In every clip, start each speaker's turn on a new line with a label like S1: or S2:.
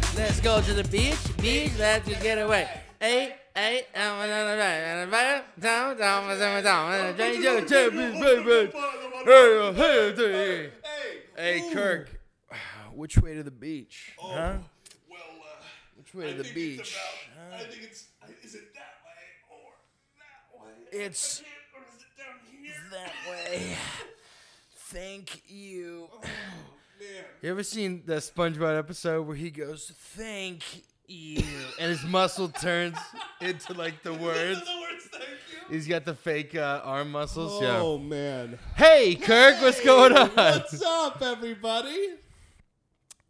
S1: to the beach, beach, let you get away. Hey, hey, I'm on the right, down, down, down, down, down, down, down, baby. Hey, uh, hey, hey, hey, hey, Kirk, which way to the beach? Huh?
S2: Well, uh,
S1: Which way to the
S2: It's
S1: beach?
S2: about, I think it's. Is it that way or that way?
S1: It's
S2: I can't, or is it down here?
S1: that way. Thank you.
S2: Man,
S1: You ever seen the SpongeBob episode where he goes, "Thank you," and his muscle turns into like the words.
S2: the words. Thank you.
S1: He's got the fake uh, arm muscles.
S3: Oh man.
S1: Yeah. Hey, Kirk, what's going on?
S3: What's up, everybody?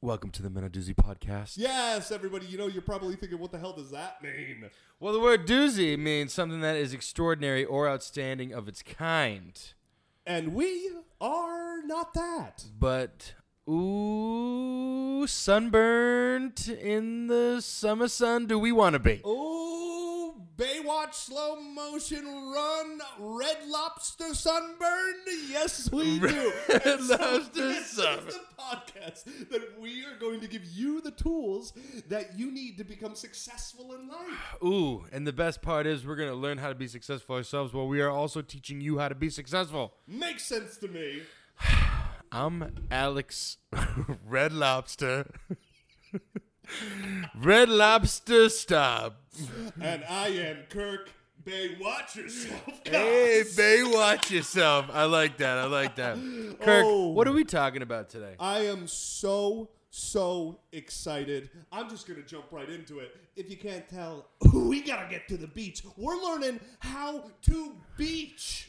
S1: Welcome to the Menadoozy podcast.
S3: Yes, everybody. You know, you're probably thinking, what the hell does that mean?
S1: Well, the word doozy means something that is extraordinary or outstanding of its kind.
S3: And we are not that.
S1: But ooh, sunburnt in the summer sun, do we want to be?
S3: Oh, Baywatch slow motion run, Red Lobster sunburn. Yes, we do.
S1: Red
S3: And so
S1: Lobster
S3: this is
S1: sunburn.
S3: the podcast that we are going to give you the tools that you need to become successful in life.
S1: Ooh, and the best part is we're going to learn how to be successful ourselves while we are also teaching you how to be successful.
S3: Makes sense to me.
S1: I'm Alex Red Lobster. Red Lobster Stop.
S3: And I am Kirk. Baywatch yourself.
S1: Hey,
S3: guys.
S1: Bay, watch yourself. I like that. I like that. Kirk,
S3: Oh.
S1: what are we talking about today?
S3: I am so, so excited. I'm just going to jump right into it. If you can't tell, we got to get to the beach. We're learning how to beach.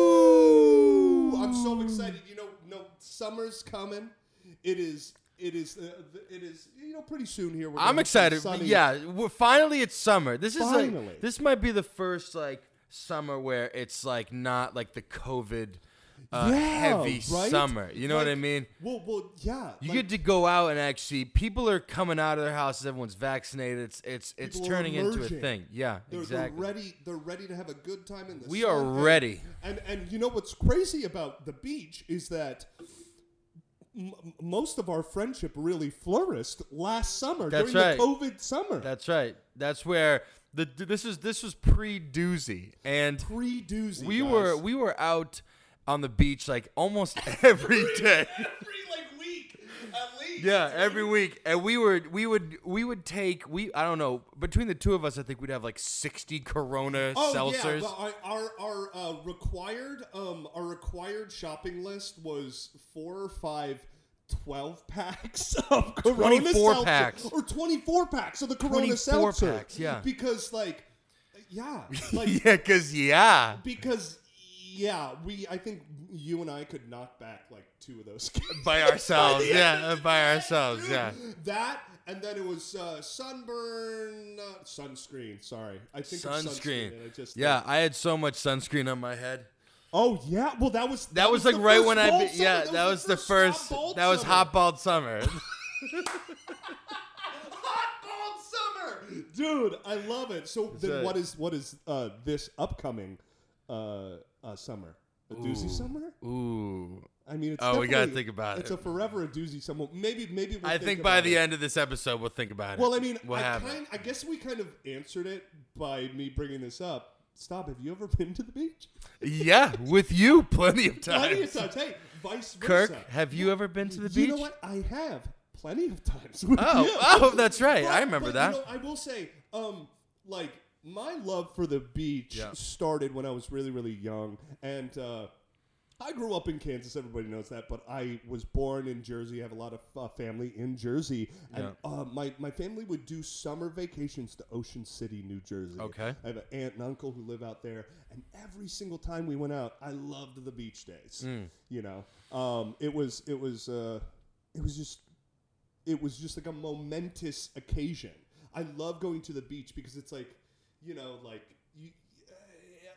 S1: Woo!
S3: I'm so excited. You know, no summer's coming. It is it is uh, it is you know pretty soon here we're gonna
S1: I'm
S3: get some
S1: excited.
S3: sunny-
S1: Yeah, we're, finally it's summer. This is
S3: Finally.
S1: like this might be the first like summer where it's like not like the COVID uh,
S3: Yeah,
S1: heavy
S3: right?
S1: summer. You know what I
S3: Like,
S1: mean?
S3: Well, well, yeah.
S1: You
S3: like,
S1: get to go out and actually people are coming out of their houses. Everyone's vaccinated. It's it's it's
S3: People are
S1: turning into a
S3: emerging.
S1: thing. Yeah,
S3: They're,
S1: exactly.
S3: they're ready. They're ready to have a good time in the.
S1: We
S3: sun.
S1: are
S3: And-
S1: ready.
S3: And, and you know what's crazy about the beach is that m- m- most of our friendship really flourished last summer
S1: That's
S3: during
S1: right.
S3: the COVID summer.
S1: That's right. That's where the this is this was pre doozy and
S3: Pre doozy.
S1: we were we were out on the beach like almost every day.
S3: every like week at least.
S1: Yeah, every week, and we were we would we would take we I don't know between the two of us I think we'd have like sixty Corona
S3: Oh
S1: seltzers.
S3: yeah, well, I, our our uh, required um our required shopping list was four or five. 12 packs of Corona
S1: 24
S3: Seltzer.
S1: packs.
S3: or 24 packs of the Corona
S1: 24
S3: Seltzer
S1: packs, yeah.
S3: because like yeah like
S1: yeah, cause yeah,
S3: because yeah we I think you and I could knock back like two of those
S1: by ourselves, yeah, uh, by ourselves, yeah.
S3: that and then it was uh, sunburn uh, sunscreen sorry I think of
S1: Sunscreen,
S3: and I just
S1: yeah. I had so much sunscreen on my head.
S3: Oh yeah, well that was
S1: That was
S3: the
S1: like right
S3: first
S1: when I
S3: bold
S1: be,
S3: summer.
S1: yeah. That was the
S3: hot
S1: first.
S3: bold
S1: That was
S3: summer.
S1: hot bald summer.
S3: hot bold summer, dude. I love it. So then,
S1: right.
S3: what is what is uh, this upcoming uh, uh, summer? A doozy summer?
S1: Ooh.
S3: I mean, it's
S1: Oh, we gotta
S3: definitely-
S1: think about
S3: it's
S1: it.
S3: It's a forever a doozy summer. Maybe maybe we'll
S1: I
S3: think,
S1: think by
S3: about
S1: the
S3: it.
S1: end of this episode we'll think about it.
S3: Well, I mean,
S1: we'll
S3: I,
S1: have it.
S3: kind, I guess we kind of answered it by me bringing this up. Stop. Have you ever been to the beach?
S1: yeah, with you plenty of times.
S3: Plenty of times. Hey, vice
S1: Kirk,
S3: versa.
S1: have you ever been to the
S3: you
S1: beach?
S3: know what? I have plenty of times. With
S1: Oh,
S3: you.
S1: oh, that's right.
S3: But-
S1: I remember
S3: but,
S1: that.
S3: You know, I will say, um, like my love for the beach
S1: Yeah.
S3: started when I was really, really young, and uh, I grew up in Kansas. Everybody knows that, but I was born in Jersey. I have a lot of uh, family in Jersey, and uh, my my family would do summer vacations to Ocean City, New Jersey.
S1: Okay.
S3: I have an aunt and uncle who live out there, and every single time we went out, I loved the beach days.
S1: Hmm.
S3: You know, um, it was it was uh, it was just it was just like a momentous occasion. I love going to the beach because it's like, you know, like you, uh,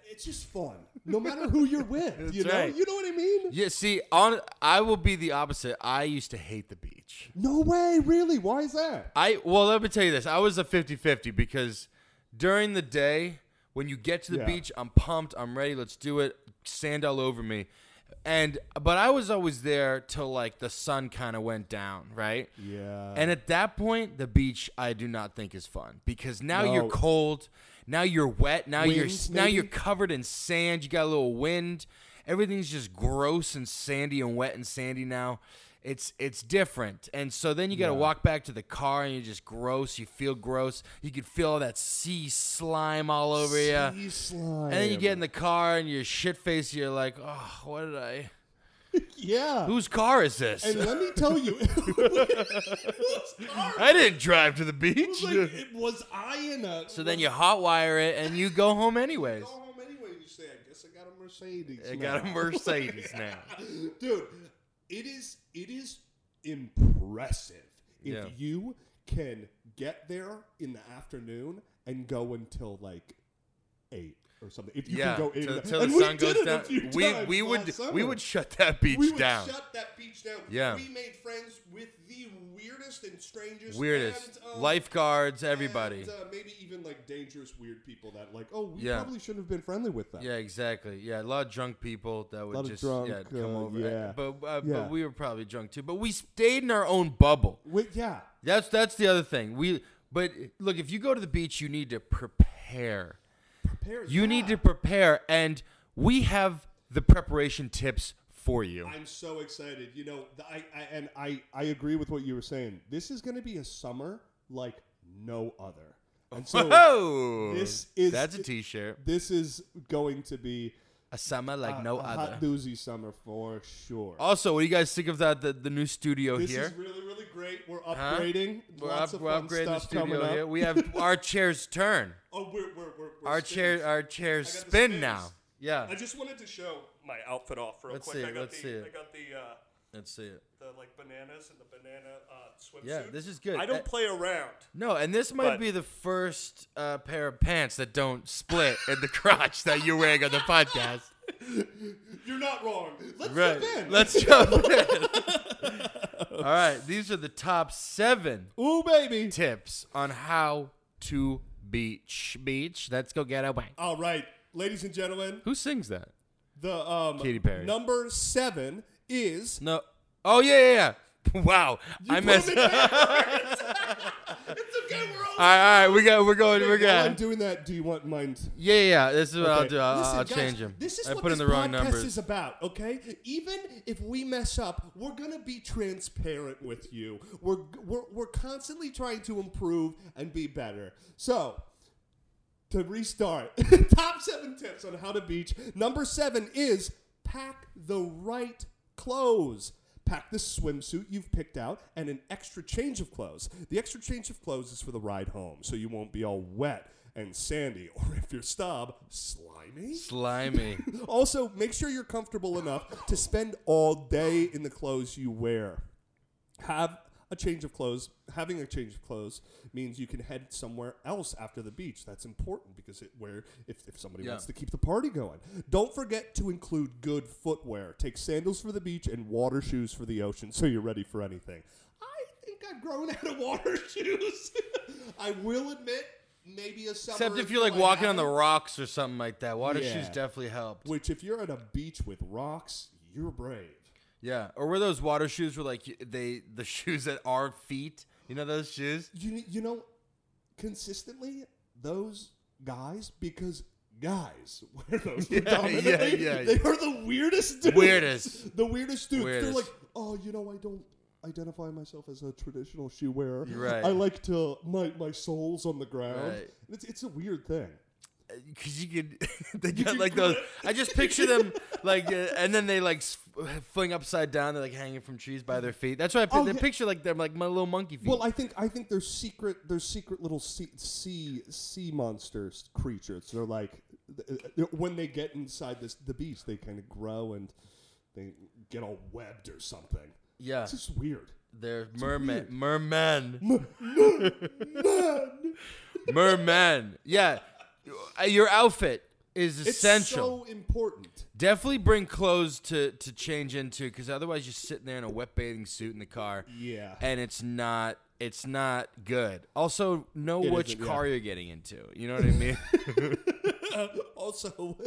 S3: it's just fun. No matter who you're with, you know,
S1: That's right.
S3: you know what I mean.
S1: Yeah, see, on I will be the opposite. I used to hate the beach.
S3: No way, really? Why is that?
S1: I well, let me tell you this. I was a 50-50 because during the day when you get to the
S3: Yeah.
S1: beach, I'm pumped, I'm ready, let's do it. Sand all over me. And but I was always there till like the sun kind of went down, right?
S3: Yeah.
S1: And at that point, the beach I do not think is fun because now you're
S3: No.
S1: cold, now you're wet, now you're
S3: Winds,
S1: now you're
S3: maybe?
S1: covered in sand. You got a little wind. Everything's just gross and sandy and wet and sandy now. It's it's different. And so then you got to walk back to the car and you're just gross. You feel gross. You could feel all that sea slime all over you.
S3: Sea slime.
S1: uh, And then you get in the car and you're shit faced. You're like, oh, what did I?
S3: yeah.
S1: Whose car is this?
S3: and let me tell you,
S1: I didn't drive to the beach.
S3: like, it was I in a.
S1: So then you hotwire it and you go home anyways.
S3: go home anyway. You say, I guess I got a Mercedes.
S1: I got a
S3: now."
S1: Mercedes now.
S3: dude. It is it is impressive if
S1: Yeah.
S3: you can get there in the afternoon and go until like eight or something. If you
S1: yeah,
S3: can go eight
S1: till,
S3: in
S1: till
S3: and
S1: the
S3: we
S1: sun
S3: did
S1: goes
S3: it a
S1: down.
S3: few
S1: We
S3: times
S1: we
S3: last
S1: would
S3: summer.
S1: we would shut that beach
S3: we would
S1: down.
S3: shut that beach down.
S1: Yeah.
S3: we made friends with the weirdest and strangest,
S1: Weirdest
S3: and, um,
S1: lifeguards, everybody.
S3: and, uh, maybe even like dangerous, weird people that like, oh, we
S1: Yeah.
S3: probably shouldn't have been friendly with them.
S1: Yeah, exactly. Yeah, a lot of drunk people that would
S3: Lot of
S1: just
S3: drunk,
S1: yeah come
S3: uh,
S1: over.
S3: yeah.
S1: But uh,
S3: Yeah.
S1: but we were probably drunk too. But we stayed in our own bubble.
S3: Wait, yeah,
S1: That's that's the other thing. We but look, if you go to the beach, you need to prepare.
S3: Prepare-
S1: You need
S3: yeah.
S1: to prepare, and we have the preparation tips for you.
S3: I'm so excited. You know, th- I, I and I I agree with what you were saying. This is going to be a summer like no other. And so
S1: Whoa!
S3: this is-
S1: that's a T-shirt.
S3: this is going to be
S1: A summer like
S3: a,
S1: no
S3: a
S1: other.
S3: hot doozy summer for sure.
S1: also, what do you guys think of that? The, the new studio
S3: this
S1: here.
S3: is really really great. We're upgrading.
S1: we're
S3: Lots
S1: up,
S3: of
S1: we're
S3: fun
S1: upgrading the
S3: stuff coming
S1: studio
S3: up.
S1: here. We have our chairs turn.
S3: oh, we're we're we're, we're
S1: Our
S3: spinning.
S1: chair, our chairs
S3: I got the
S1: spin
S3: spins.
S1: now. Yeah.
S2: I just wanted to show my outfit off real
S1: Let's
S2: quick.
S1: see
S2: I
S1: it,
S2: got
S1: let's
S2: the
S1: see it.
S2: I got the uh,
S1: Let's see it.
S2: the like bananas and the banana uh, swimsuit.
S1: Yeah, this is good.
S2: I don't
S1: Uh,
S2: play around.
S1: No, and this might
S2: But-
S1: be the first uh, pair of pants that don't split in the crotch that you're wearing on the podcast.
S3: You're not wrong. Let's
S1: Right.
S3: jump in.
S1: Let's jump in. All right. These are the top seven
S3: Ooh baby.
S1: tips on how to beach. Beach. Let's go get away.
S3: All right, ladies and gentlemen,
S1: Oh, Who sings that?
S3: the um
S1: Katy Perry.
S3: number seven is
S1: No. Oh yeah, yeah, yeah. Wow. I
S3: Put
S1: messed.
S3: them
S1: all
S3: in
S1: right,
S3: backwards. it's okay. We're all.
S1: all right. We got. We're going. We're
S3: While I'm
S1: going.
S3: doing that, do you want mine?
S1: Yeah, yeah. yeah, This is what I'll
S3: Okay.
S1: do. I'll,
S3: Listen,
S1: I'll
S3: guys,
S1: change them.
S3: This is
S1: I
S3: what
S1: put in
S3: this
S1: the wrong
S3: podcast
S1: numbers.
S3: is about. Okay, even if we mess up, we're gonna be transparent with you. We're we're we're constantly trying to improve and be better. So. To restart, top seven tips on how to beach. Number seven is pack the right clothes. Pack the swimsuit you've picked out and an extra change of clothes. The extra change of clothes is for the ride home, so you won't be all wet and sandy, or if you're stub, slimy.
S1: Slimy.
S3: Also, make sure you're comfortable enough to spend all day in the clothes you wear. Have a change of clothes. Having a change of clothes means you can head somewhere else after the beach. That's important because it where if, if somebody
S1: Yeah.
S3: wants to keep the party going. Don't forget to include good footwear. Take sandals for the beach and water shoes for the ocean so you're ready for anything. I think I've grown out of water shoes. I will admit, maybe a summer
S1: Except
S3: or
S1: if you're like
S3: two I
S1: walking on the
S3: haven't.
S1: rocks or something like that. Water
S3: Yeah.
S1: shoes definitely helped.
S3: Which, if you're at a beach with rocks, you're brave.
S1: Yeah. Or were those water shoes were like y- they the shoes that are feet? You know those shoes?
S3: You you know, consistently those guys because guys wear those
S1: Yeah,
S3: predominantly.
S1: yeah, yeah,
S3: They are the weirdest dudes.
S1: Weirdest.
S3: The weirdest dudes. They're
S1: Weirdest.
S3: like, oh, you know, I don't identify myself as a traditional shoe wearer.
S1: You're right.
S3: I like to my my soles on the ground.
S1: Right.
S3: It's it's a weird thing.
S1: Because you could, they got like those. I just picture them like, uh, and then they like s- fling upside down. They're like hanging from trees by their feet. That's why I pi-
S3: Oh,
S1: they
S3: yeah.
S1: picture like them like my little monkey feet.
S3: Well, I think I think they're secret. They're secret little sea sea, sea monsters creatures. They're like th- th- when they get inside this the beach, they kind of grow and they get all webbed or something.
S1: yeah,
S3: It's just weird.
S1: they're merman, merman,
S3: Man,
S1: merman. Yeah, Uh, your outfit is
S3: it's
S1: essential.
S3: so important.
S1: Definitely bring clothes to to change into, because otherwise you're sitting there in a wet bathing suit in the car.
S3: Yeah.
S1: and it's not it's not good. Also, know which
S3: isn't, yeah.
S1: car you're getting into. You know what I mean?
S3: Also,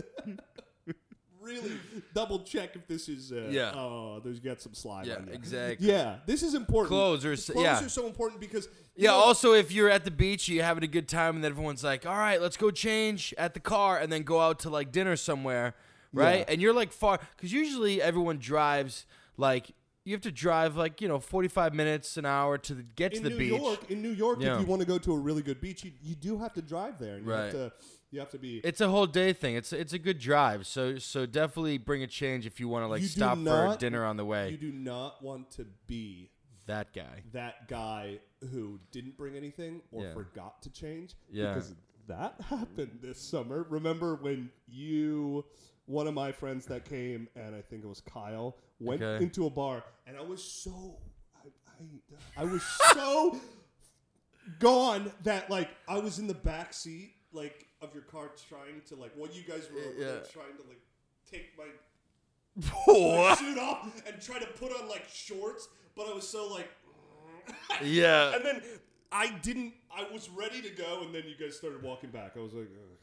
S3: really double check if this is. Uh,
S1: Yeah.
S3: Oh, there's got some slime.
S1: Yeah,
S3: on there.
S1: exactly.
S3: Yeah, this is important.
S1: Clothes are s-
S3: Clothes
S1: yeah.
S3: are so important because. you
S1: Yeah.
S3: know-
S1: Also, if you're at the beach, you're having a good time, and then everyone's like, "All right, let's go change at the car, and then go out to like dinner somewhere, right?"
S3: Yeah.
S1: And you're like far, because usually everyone drives like you have to drive like you know 45 minutes an hour to the, get
S3: in
S1: to the
S3: New
S1: beach.
S3: York, in New York,
S1: Yeah.
S3: if you want to go to a really good beach, you, you do have to drive there. And you
S1: Right.
S3: Have to, you have to be.
S1: It's a whole day thing. It's it's a good drive. So so definitely bring a change if you want to like
S3: You do
S1: stop for
S3: not-
S1: dinner on the way.
S3: you do not want to be
S1: that guy.
S3: that guy who didn't bring anything or
S1: Yeah.
S3: forgot to change.
S1: Yeah.
S3: Because that happened this summer. Remember when you, one of my friends that came, and I think it was Kyle, went
S1: Okay.
S3: into a bar, and I was so, I, I, I was so gone that like I was in the back seat like of your car trying to like what you guys were over there
S1: Yeah.
S3: trying to like take my
S1: What?
S3: suit off and try to put on like shorts, but I was so like,
S1: Yeah.
S3: and then I didn't. I was ready to go, and then you guys started walking back. I was like, "Ugh."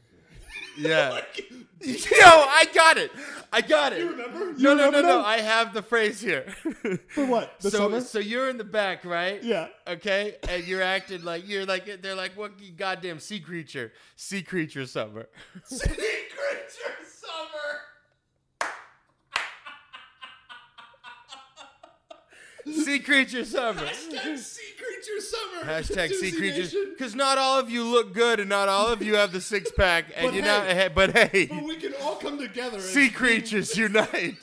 S1: Yeah. Yo, I got it. I got it.
S3: you remember? You
S1: No, no,
S3: remember
S1: no, no.
S3: that?
S1: I have the phrase here.
S3: For what? The
S1: so,
S3: summer?
S1: so you're in the back, right?
S3: Yeah.
S1: Okay, and you're acting like you're like they're like what you goddamn sea creature, sea creature summer.
S3: Sea creature summer.
S1: sea creature summer.
S3: Hashtag sea creature summer.
S1: Hashtag sea
S3: Juicy
S1: creatures.
S3: Nation.
S1: Because not all of you look good, and not all of you have the six pack, and
S3: But
S1: you're
S3: hey.
S1: not. But hey,
S3: But we can all come together. and-
S1: sea creatures unite.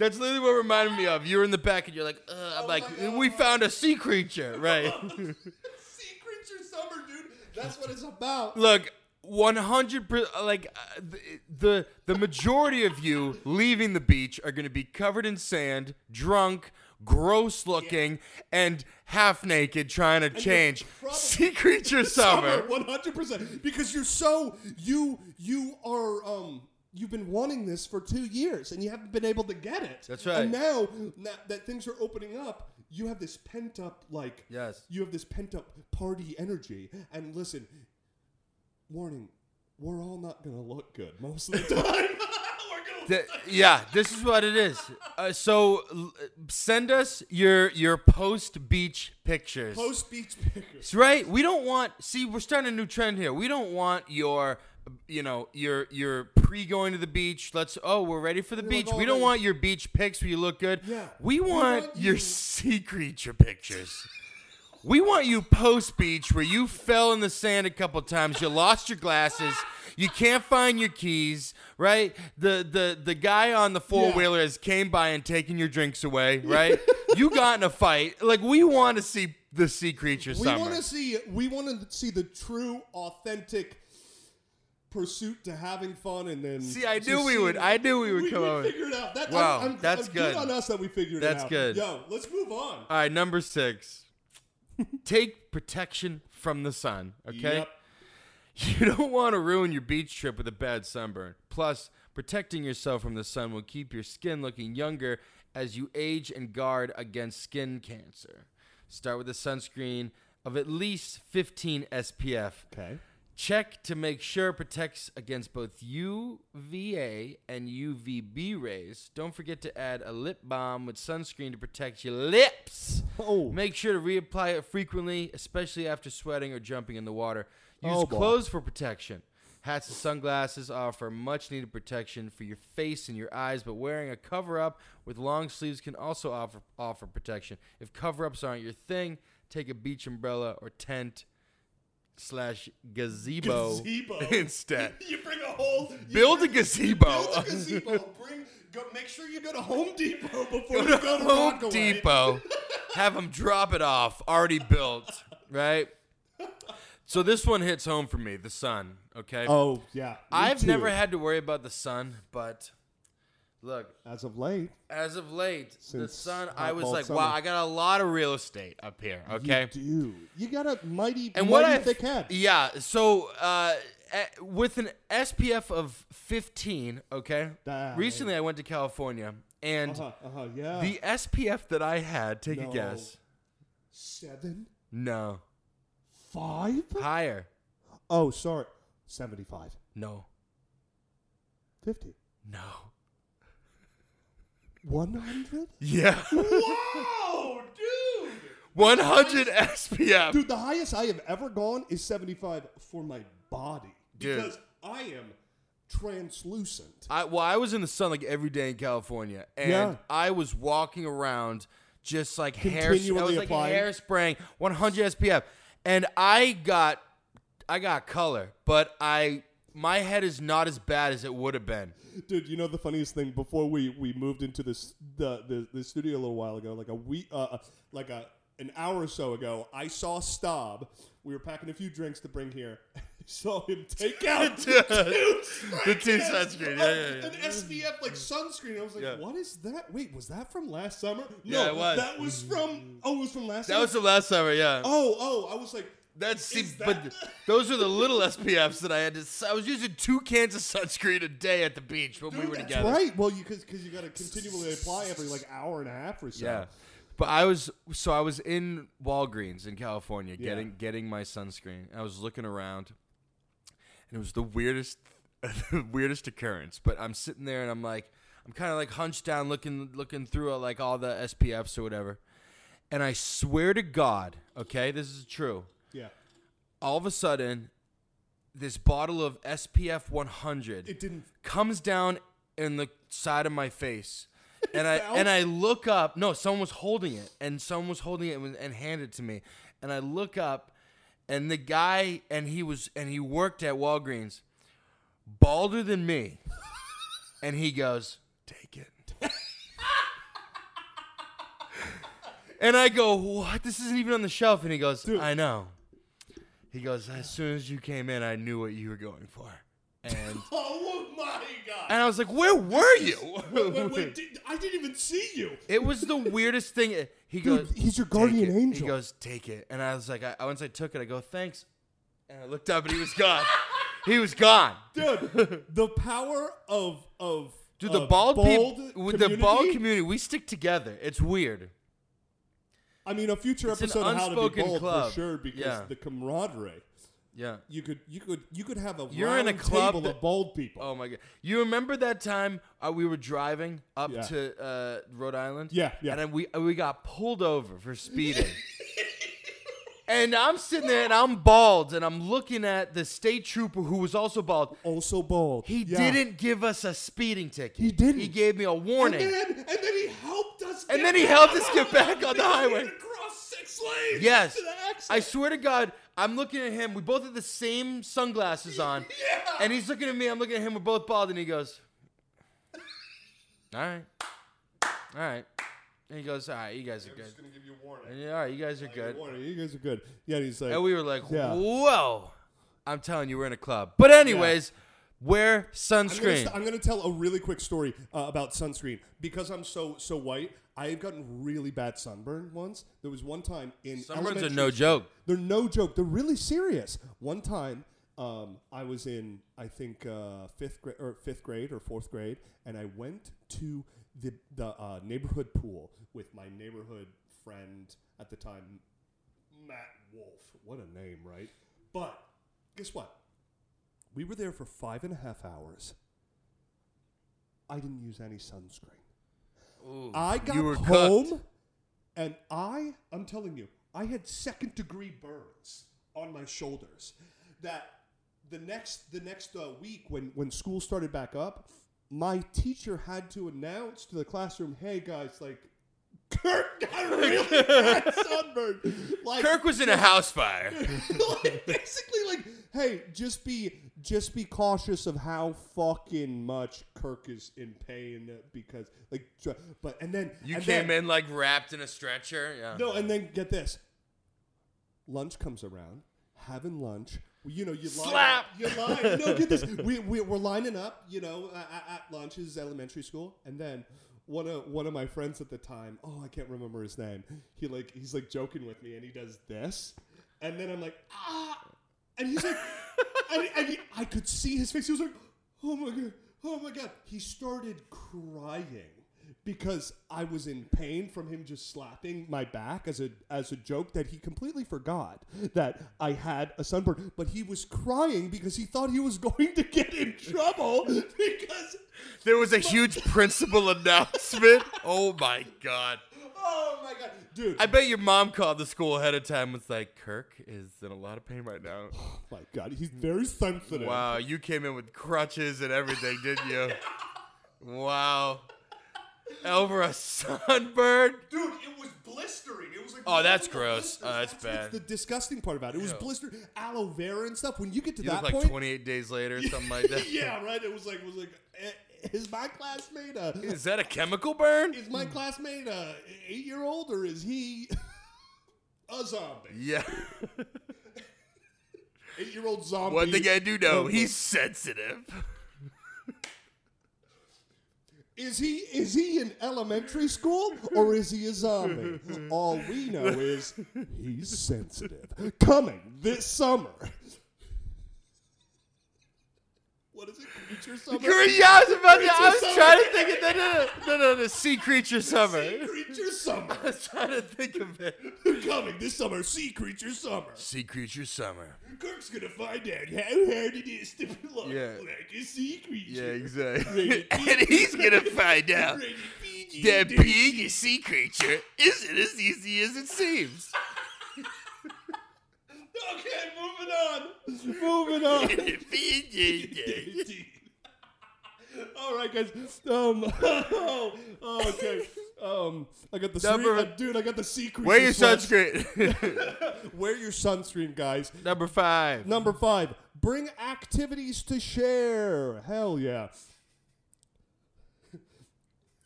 S1: That's literally what it reminded me of. You're in the back, and you're like, Ugh. I'm
S3: Oh
S1: like,
S3: my God.
S1: we found a sea creature, right?
S3: sea creature summer, dude. That's what it's about.
S1: look 100% like uh, th- the the majority of you leaving the beach are going to be covered in sand drunk gross looking and half naked trying to change
S3: probably-
S1: sea creature summer
S3: One hundred percent. Because you're so you you are um you've been wanting this for two years and you haven't been able to get it.
S1: That's right.
S3: And now, now that things are opening up, you have this pent up like
S1: Yes.
S3: you have this pent up party energy. And listen, warning, we're all not gonna look good most of the time.
S1: Th- yeah this is what it is uh, so l- send us your your post beach pictures
S3: Post beach pickers.
S1: That's right. We don't want. See, we're starting a new trend here. We don't want your, you know, your your pre going to the beach. Let's. Oh, we're ready for the
S3: like
S1: beach. we don't
S3: already-
S1: want your beach pics where you look good.
S3: Yeah.
S1: We
S3: We
S1: want,
S3: want
S1: your
S3: you-
S1: sea creature pictures. we want you post beach where you fell in the sand a couple times. You lost your glasses. You can't find your keys, right? The the the guy on the four wheeler has came by and taken your drinks away, right? you got in a fight. Like we want to see the sea creature
S3: We
S1: summer.
S3: want to see we want to see the true authentic pursuit to having fun and then
S1: See, I
S3: to
S1: knew we
S3: see-
S1: would- I knew we would come up with-
S3: figure it out. That,
S1: Wow,
S3: I'm, I'm,
S1: that's
S3: I'm
S1: good.
S3: on us that we figured
S1: That's
S3: it out.
S1: good.
S3: Yo, let's move on.
S1: All right, number six. Take protection from the sun, okay?
S3: Yep.
S1: You don't want to ruin your beach trip with a bad sunburn. Plus, protecting yourself from the sun will keep your skin looking younger as you age and guard against skin cancer. Start with a sunscreen of at least 15 SPF.
S3: Okay.
S1: Check to make sure it protects against both UVA and UVB rays. Don't forget to add a lip balm with sunscreen to protect your lips.
S3: Oh.
S1: Make sure to reapply it frequently, especially after sweating or jumping in the water. Use
S3: Oh, boy.
S1: clothes for protection. Hats and sunglasses offer much needed protection for your face and your eyes, but wearing a cover up with long sleeves can also offer, offer protection. If cover ups aren't your thing, take a beach umbrella or tent slash gazebo,
S3: Gazebo.
S1: instead.
S3: You bring a whole you
S1: Build a
S3: bring-
S1: gazebo.
S3: Build a gazebo. Bring go, make sure you go to Home Depot before
S1: Go
S3: you
S1: to
S3: go to
S1: Home
S3: Rockaway.
S1: Depot. Have them drop it off, already built, right? So this one hits home for me, the sun. Okay,
S3: Oh yeah. me
S1: I've
S3: too.
S1: never had to worry about the sun, but look,
S3: as of late.
S1: as of late, the
S3: Since
S1: sun.
S3: hot
S1: I was
S3: ball
S1: like,
S3: summer.
S1: wow, I got a lot of real estate up here. Okay,
S3: You do. You got a mighty
S1: and
S3: mighty
S1: what I
S3: thick head.
S1: yeah. So uh, eh, with an SPF of 15, okay.
S3: Dang.
S1: Recently, I went to California, and
S3: Uh-huh, uh-huh, yeah.
S1: the SPF that I had. Take
S3: No.
S1: a guess.
S3: seven
S1: No.
S3: five?
S1: Higher.
S3: Oh, sorry. 75.
S1: No.
S3: 50.
S1: No.
S3: One hundred.
S1: Yeah.
S2: Whoa, dude!
S1: 100 SPF.
S3: Dude, the highest I have ever gone is 75 for my body
S1: Dude.
S3: because I am translucent.
S1: I well, I was in the sun like every day in California, and
S3: Yeah.
S1: I was walking around just like hair. I was
S3: Continually
S1: like
S3: applying.
S1: hairspraying 100 SPF, and I got I got color, but I my head is not as bad as it would have been.
S3: Dude, you know the funniest thing? Before we, we moved into this the, the the studio a little while ago, like a week, uh, uh, like a an hour or so ago, I saw Staub. We were packing a few drinks to bring here. I saw him take out
S1: Dude.
S3: two
S1: The two
S3: straight cans
S1: sunscreen,
S3: of
S1: yeah, yeah, yeah.
S3: An SPF like sunscreen. I was like,
S1: Yeah.
S3: what is that? Wait, was that from last summer?
S1: Yeah,
S3: no,
S1: it was.
S3: that was from. Oh, it was from last.
S1: That
S3: summer?
S1: was the last summer, yeah.
S3: Oh, oh, I was like,
S1: That's see,
S3: is
S1: but
S3: that-
S1: those are the little SPFs that I had to. s- I was using two cans of sunscreen a day at the beach when we were
S3: that's
S1: together.
S3: right. Well, you because you got to continually apply every like hour and a half or so.
S1: Yeah. But I was so I was in Walgreens in California getting getting my sunscreen. I was looking around and it was the weirdest the weirdest occurrence, but I'm sitting there and I'm like I'm kind of like hunched down looking looking through uh, like all the SPFs or whatever. And I swear to God, okay, this is true.
S3: Yeah.
S1: All of a sudden this bottle of SPF 100
S3: It didn't.
S1: comes down in the side of my face. And I
S3: bounced?
S1: and I look up. No, someone was holding it, and someone was holding it and, and handed it to me. And I look up, and the guy and he was and he worked at Walgreens, balder than me, and he goes, "Take it." and I go, "What? This isn't even on the shelf." And he goes, "I know." He goes, "As soon as you came in, I knew what you were going for." And
S3: Oh my god!
S1: and I was like, "Where were you?"
S3: Wait, wait, did, I didn't even see you.
S1: it was the weirdest thing. He goes,
S3: he's your
S1: "Take
S3: guardian
S1: it."
S3: angel.
S1: He goes, "Take it," and I was like, I, "Once I took it, I go, thanks," and I looked up, and he was gone. he was gone.
S3: Dude, the power of of
S1: Dude, the
S3: of
S1: bald,
S3: bald
S1: people, with the bald
S3: community?
S1: community, we stick together. It's weird.
S3: I mean, a future
S1: It's an
S3: episode of How to Be
S1: unspoken
S3: Bald
S1: club.
S3: for sure because
S1: Yeah.
S3: the camaraderie.
S1: Yeah.
S3: You could you could you could have a
S1: You're in
S3: round
S1: a club
S3: table
S1: that-
S3: of bald people.
S1: Oh my god! You remember that time uh, we were driving up
S3: Yeah.
S1: to uh, Rhode Island?
S3: Yeah, yeah.
S1: And then we uh, we got pulled over for speeding. and I'm sitting there and I'm bald and I'm looking at the state trooper who was also bald.
S3: Also bald.
S1: He
S3: Yeah.
S1: didn't give us a speeding ticket.
S3: He didn't.
S1: He gave me a
S3: And
S1: warning.
S3: then, and then he helped us.
S1: And
S3: get
S1: then he
S3: back
S1: helped
S3: on
S1: us get back on the
S3: because we had
S1: highway.
S3: to cross six lanes
S1: Yes.
S3: to the exit.
S1: I swear to God, I'm looking at him. We both have the same sunglasses on. And he's looking at me. I'm looking at him. We're both bald. And he goes, All right. All right. And he goes, All right, you guys are good.
S3: gonna give you a warning.
S1: And yeah, all right, you guys are good.
S3: Warning, you guys are good. Yeah, and he's like,
S1: And we were like,
S3: Yeah.
S1: Whoa. I'm telling you, we're in a club. But, anyways, wear
S3: I'm
S1: sunscreen.
S3: gonna, st- I'm gonna tell a really quick story uh, about sunscreen because I'm so so white. I've gotten really bad sunburn once. There was one time in
S1: Sunburns are
S3: elementary
S1: no joke.
S3: They're no joke. They're really serious. One time, um, I was in I think uh, fifth grade or fifth grade or fourth grade, and I went to the the uh, neighborhood pool with my neighborhood friend at the time, Matt Wolf. What a name, right? But guess what? We were there for five and a half hours. I didn't use any sunscreen.
S1: Ooh,
S3: I got
S1: you were
S3: home,
S1: cooked.
S3: and I, I'm telling you, I had second degree burns on my shoulders. That the next the next uh, week when when school started back up, my teacher had to announce to the classroom, "Hey guys, like." Kirk got really bad sunburn. Like
S1: Kirk was in a house fire.
S3: like, basically like hey just be just be cautious of how fucking much kirk is in pain because like tr- but and then
S1: You
S3: and
S1: came
S3: then-
S1: in like wrapped in a stretcher. Yeah.
S3: no and then get this lunch comes around having lunch you know you line
S1: Slap!
S3: up, you line no get this we, we, we're lining up you know at, at lunch this is elementary school and then one of one of my friends at the time oh i can't remember his name he like he's like joking with me and he does this and then i'm like ah and he's like, and, and he- I could see his face. He was like, oh my god, oh my god. He started crying because I was in pain from him just slapping my back as a as a joke that he completely forgot that I had a sunburn. But he was crying because he thought he was going to get in trouble because
S1: There was a huge principal announcement. Oh my god.
S3: oh my god, dude,
S1: I bet your mom called the school ahead of time and was like, Kirk is in a lot of pain right now.
S3: oh my god, he's very sensitive.
S1: Wow, you came in with crutches and everything, didn't you? Wow. Over a sunburn?
S2: Dude, it was blistering. It was like
S1: Oh, that's
S2: literal
S1: gross.
S2: blisters.
S1: Oh, that's
S3: That's
S1: bad.
S3: the disgusting part about it. It was
S1: Ew.
S3: blistered aloe vera and stuff. When you get to
S1: You
S3: that
S1: look like
S3: point,
S1: 28 days later or something like that.
S3: yeah, right. It was like, it was like, eh, is my classmate a
S1: Is that a chemical burn?
S3: is my classmate a eight year old or is he a zombie?
S1: Yeah.
S3: Eight year old zombie.
S1: One thing I do know,
S3: Um,
S1: he's sensitive.
S3: is he is he in elementary school or is he a zombie? All we know is he's sensitive. Coming this summer. What is it? Creature summer.
S1: You're- yeah, I was about to. I
S3: Creature
S1: was
S3: summer.
S1: trying to think of no, no, no, no, no, no, sea creature summer.
S3: Sea creature summer.
S1: I was trying to think of it.
S3: Coming this summer, sea creature summer.
S1: Sea creature summer.
S3: Kirk's gonna find out how hard it is to look
S1: Yeah.
S3: like a sea creature.
S1: Yeah, exactly.
S3: Rated
S1: and he's gonna find out
S3: Rated PG,
S1: that
S3: dude.
S1: being a sea creature isn't as easy as it seems.
S3: Okay, moving on. Moving on. All right, guys. Um. Oh, okay. Um. I got the
S1: Number-
S3: screen- uh, dude. I got the sea creature.
S1: Wear your
S3: sweats.
S1: sunscreen.
S3: Wear your sunscreen, guys.
S1: Number five.
S3: Number five. Bring activities to share. Hell yeah.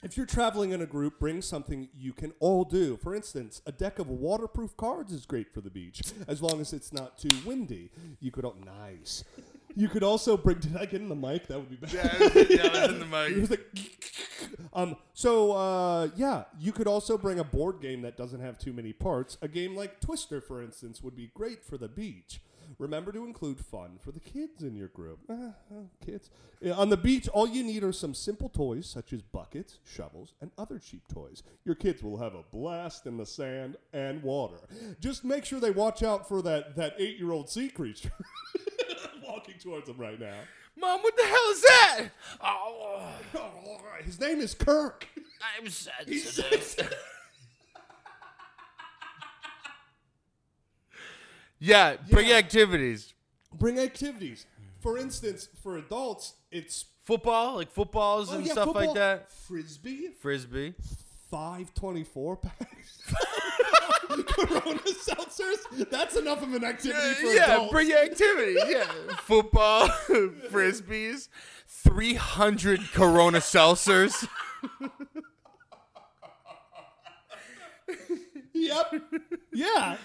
S3: If you're traveling in a group, bring something you can all do. For instance, a deck of waterproof cards is great for the beach, as long as it's not too windy. You could all nice. You could also bring. Did I get in the mic? That would be bad. It was like, um, so uh, yeah, you could also bring a board game that doesn't have too many parts. A game like Twister, for instance, would be great for the beach. Remember to include fun for the kids in your group. Ah, ah, kids Yeah, on the beach, all you need are some simple toys such as buckets, shovels, and other cheap toys. Your kids will have a blast in the sand and water. Just make sure they watch out for that that eight year old sea creature walking towards them right now.
S1: Mom, what the hell is that? Oh,
S3: His name is Kirk.
S1: I'm sensitive. yeah, bring
S3: Yeah.
S1: activities.
S3: bring activities. For instance, for adults, it's
S1: Football, like footballs
S3: oh,
S1: and
S3: yeah,
S1: stuff
S3: football,
S1: like that.
S3: Frisbee,
S1: Frisbee.
S3: five twenty-four packs. Corona seltzers. That's enough of an activity
S1: Yeah,
S3: for
S1: yeah
S3: adults.
S1: bring your activities. Yeah, football, frisbees, three hundred Corona seltzers.
S3: yep. Yeah.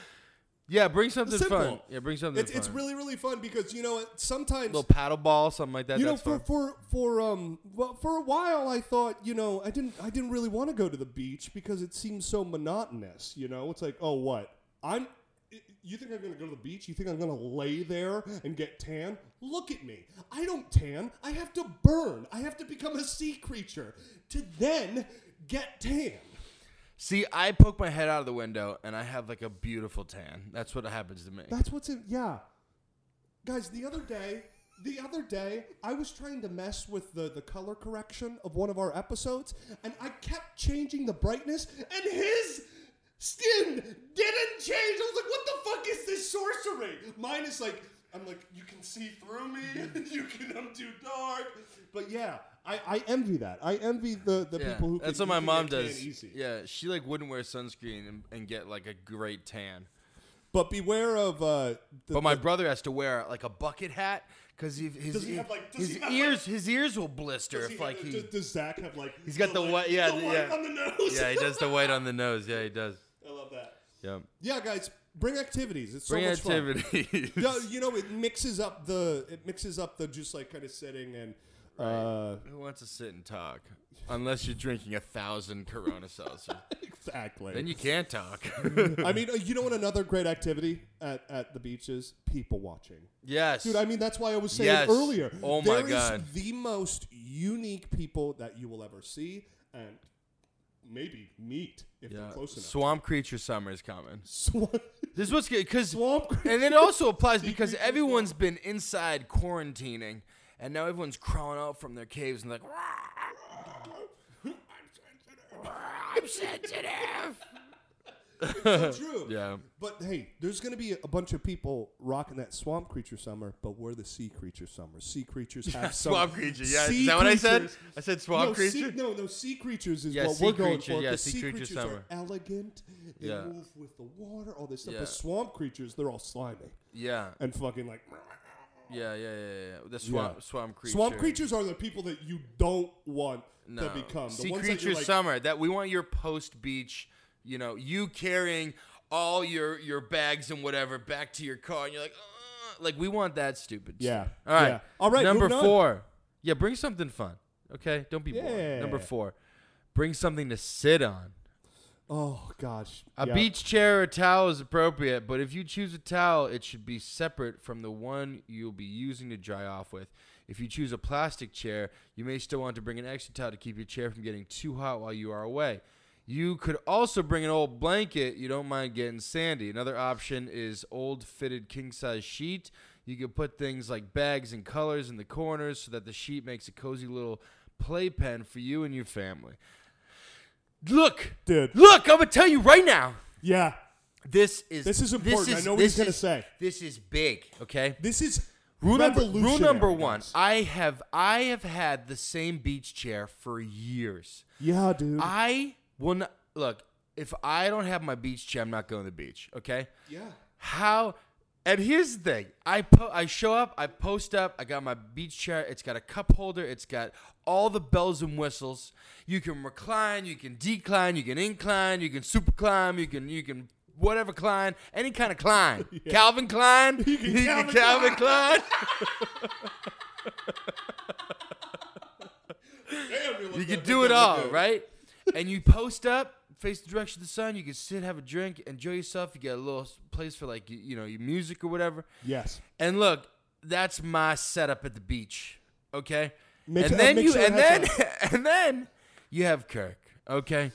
S1: Yeah, bring something
S3: Simple.
S1: fun. Yeah, bring something
S3: It's,
S1: fun.
S3: it's really really fun because you know what? Sometimes
S1: little paddle ball, something like that.
S3: you know
S1: that's
S3: for,
S1: fun.
S3: for for um well, for a while I thought you know I didn't I didn't really want to go to the beach because it seems so monotonous you know it's like oh what I'm you think I'm going to go to the beach you think I'm going to lay there and get tan look at me I don't tan I have to burn I have to become a sea creature to then get tan
S1: See, I poke my head out of the window and I have like a beautiful tan. That's what happens to me.
S3: That's what's in. Yeah, guys. The other day, the other day, I was trying to mess with the the color correction of one of our episodes, and I kept changing the brightness, and his skin didn't change. I was like, "What the fuck is this sorcery?" Mine is like, I'm like, you can see through me. you can. I'm too dark. But yeah. I, I envy that. I envy the, the
S1: Yeah,
S3: people who.
S1: that's
S3: can,
S1: what my
S3: who can
S1: mom
S3: get tan
S1: does.
S3: Easy.
S1: Yeah, she like wouldn't wear sunscreen and, and get like a great tan.
S3: But beware of. Uh, the,
S1: But my
S3: the-
S1: brother has to wear like a bucket hat because his
S3: Does he
S1: ear-
S3: have, like- does
S1: his
S3: he have, like-
S1: ears his ears will blister
S3: does
S1: if
S3: he
S1: like
S3: have-
S1: he
S3: uh, does, does Zach have like?
S1: He's got the
S3: like,
S1: white- yeah,
S3: the
S1: the-
S3: white
S1: yeah.
S3: on the nose.
S1: yeah he does the white on the nose. Yeah, he does.
S3: I love that.
S1: Yeah,
S3: Yeah, guys, bring activities. It's so
S1: bring
S3: much fun.
S1: activities.
S3: Yeah, you know, it mixes up the it mixes up the just like kind of setting and uh,
S1: Who wants to sit and talk? Unless you're drinking a thousand Corona seltzers,
S3: exactly.
S1: then you can't talk.
S3: I mean, uh, you know what? Another great activity at at the beaches: people watching.
S1: yes,
S3: Dude, I mean, that's why I was saying
S1: Yes.
S3: earlier.
S1: Oh my
S3: there is
S1: God.
S3: the most unique people that you will ever see, and maybe meat if they're close enough.
S1: Swamp creature summer is coming.
S3: Swamp,
S1: This is what's good because
S3: swamp creature.
S1: and it also applies because
S3: Sea creature
S1: everyone's been inside quarantining, and now everyone's crawling out from their caves and like, I'm sensitive.
S3: True.
S1: Yeah.
S3: But hey, there's going to be a bunch of people rocking that swamp creature summer, but we're the sea creature summer. Sea creatures have some
S1: swamp creature, yeah. Is
S3: sea
S1: that what I said?
S3: creatures-
S1: I said swamp
S3: no, sea-
S1: creature?
S3: no, no, sea creatures is
S1: Yeah,
S3: what
S1: sea
S3: we're going
S1: creature,
S3: for.
S1: yeah,
S3: because
S1: sea
S3: sea
S1: creature
S3: creatures
S1: summer.
S3: are elegant. They
S1: Yeah.
S3: move with the water, all this stuff.
S1: Yeah.
S3: But swamp creatures, they're all slimy
S1: Yeah,
S3: and fucking like.
S1: yeah, yeah, yeah, yeah. The swamp,
S3: Yeah.
S1: swamp creature.
S3: Swamp creatures are the people that you don't want
S1: no.
S3: to become. The
S1: sea
S3: ones that
S1: creature
S3: you're like,
S1: summer. That we want your post beach. You know, you carrying all your your bags and whatever back to your car, and you're like, "Ugh." like we want that stupid.
S3: Yeah,
S1: stuff. All right.
S3: yeah. All right,
S1: Number
S3: moving on.
S1: four. Yeah, bring something fun. Okay, don't be bored.
S3: Yeah.
S1: Number four, bring something to sit on.
S3: Oh gosh,
S1: A
S3: Yeah.
S1: beach chair or towel is appropriate, but if you choose a towel, it should be separate from the one you'll be using to dry off with. If you choose a plastic chair, you may still want to bring an extra towel to keep your chair from getting too hot while you are away. You could also bring an old blanket you don't mind getting sandy. Another option is old fitted king size sheet. You could put things like bags and colors in the corners so that the sheet makes a cozy little playpen for you and your family. Look,
S3: Dude.
S1: Look, I'm gonna tell you right now.
S3: Yeah,
S1: This is
S3: This is important. I know what he's
S1: this
S3: gonna
S1: is-
S3: say.
S1: This is big. Okay.
S3: this is
S1: Rule number, rule
S3: revolutionary,
S1: number one.
S3: guys.
S1: I have I have had the same beach chair for years.
S3: Yeah, dude.
S1: I will not look. If I don't have my beach chair, I'm not going to the beach. Okay.
S3: yeah.
S1: How? And here's the thing. I po- I show up. I post up. I got my beach chair. It's got a cup holder. It's got all the bells and whistles. You can recline. You can decline. You can incline. You can super climb. You can you can whatever climb. Any kind of climb. Calvin Klein. You can,
S3: Calvin
S1: Calvin Klein. you can do it all, right? and you post up, face the direction of the sun. You can sit, have a drink, enjoy yourself. You get a little s- place for like you, you know your music or whatever.
S3: Yes.
S1: And look, that's my setup at the beach. Okay.
S3: Make
S1: and
S3: sure- uh,
S1: then
S3: make
S1: you
S3: sure
S1: and then
S3: that's
S1: and then you have Kirk. Okay.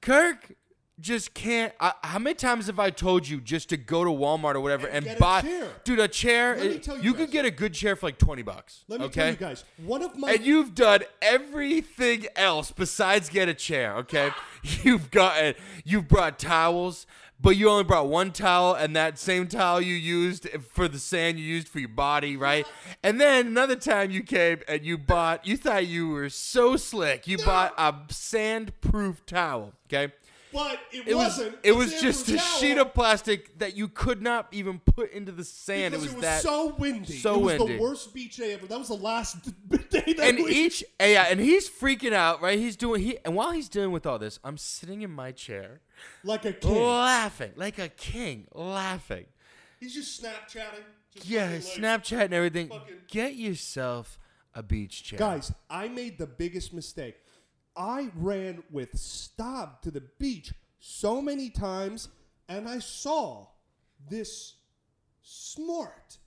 S1: Kirk just can't. I, how many times have I told you just to go to Walmart or whatever and,
S3: get a
S1: buy,
S3: chair.
S1: dude, a chair?
S3: Let me
S1: it-
S3: tell you
S1: you could
S3: guys.
S1: get a good chair for like twenty bucks.
S3: Let me
S1: okay?
S3: tell you guys, one of my
S1: and you've done everything else besides get a chair. Okay, you've gotten you've brought towels, but you only brought one towel, and that same towel you used for the sand you used for your body, right? And then another time you came and you bought you thought you were so slick, you bought a sand-proof towel. Okay.
S3: but it,
S1: It was
S3: wasn't.
S1: it
S3: It's
S1: was
S3: Andrew
S1: just a
S3: Powell
S1: sheet of plastic that you could not even put into the sand.
S3: because
S1: it was, that
S3: so windy.
S1: so
S3: it was
S1: windy.
S3: the worst beach day ever. That was the last day that
S1: and
S3: we.
S1: each and yeah, and he's freaking out, right? He's doing he and while he's dealing with all this, I'm sitting in my chair
S3: like a king.
S1: laughing like a king, laughing.
S3: He's just Snapchatting. Just
S1: Yeah,
S3: fucking like-
S1: Snapchat and everything.
S3: fucking-
S1: Get yourself a beach chair.
S3: Guys, I made the biggest mistake. I ran with Stob to the beach so many times, and I saw this smart,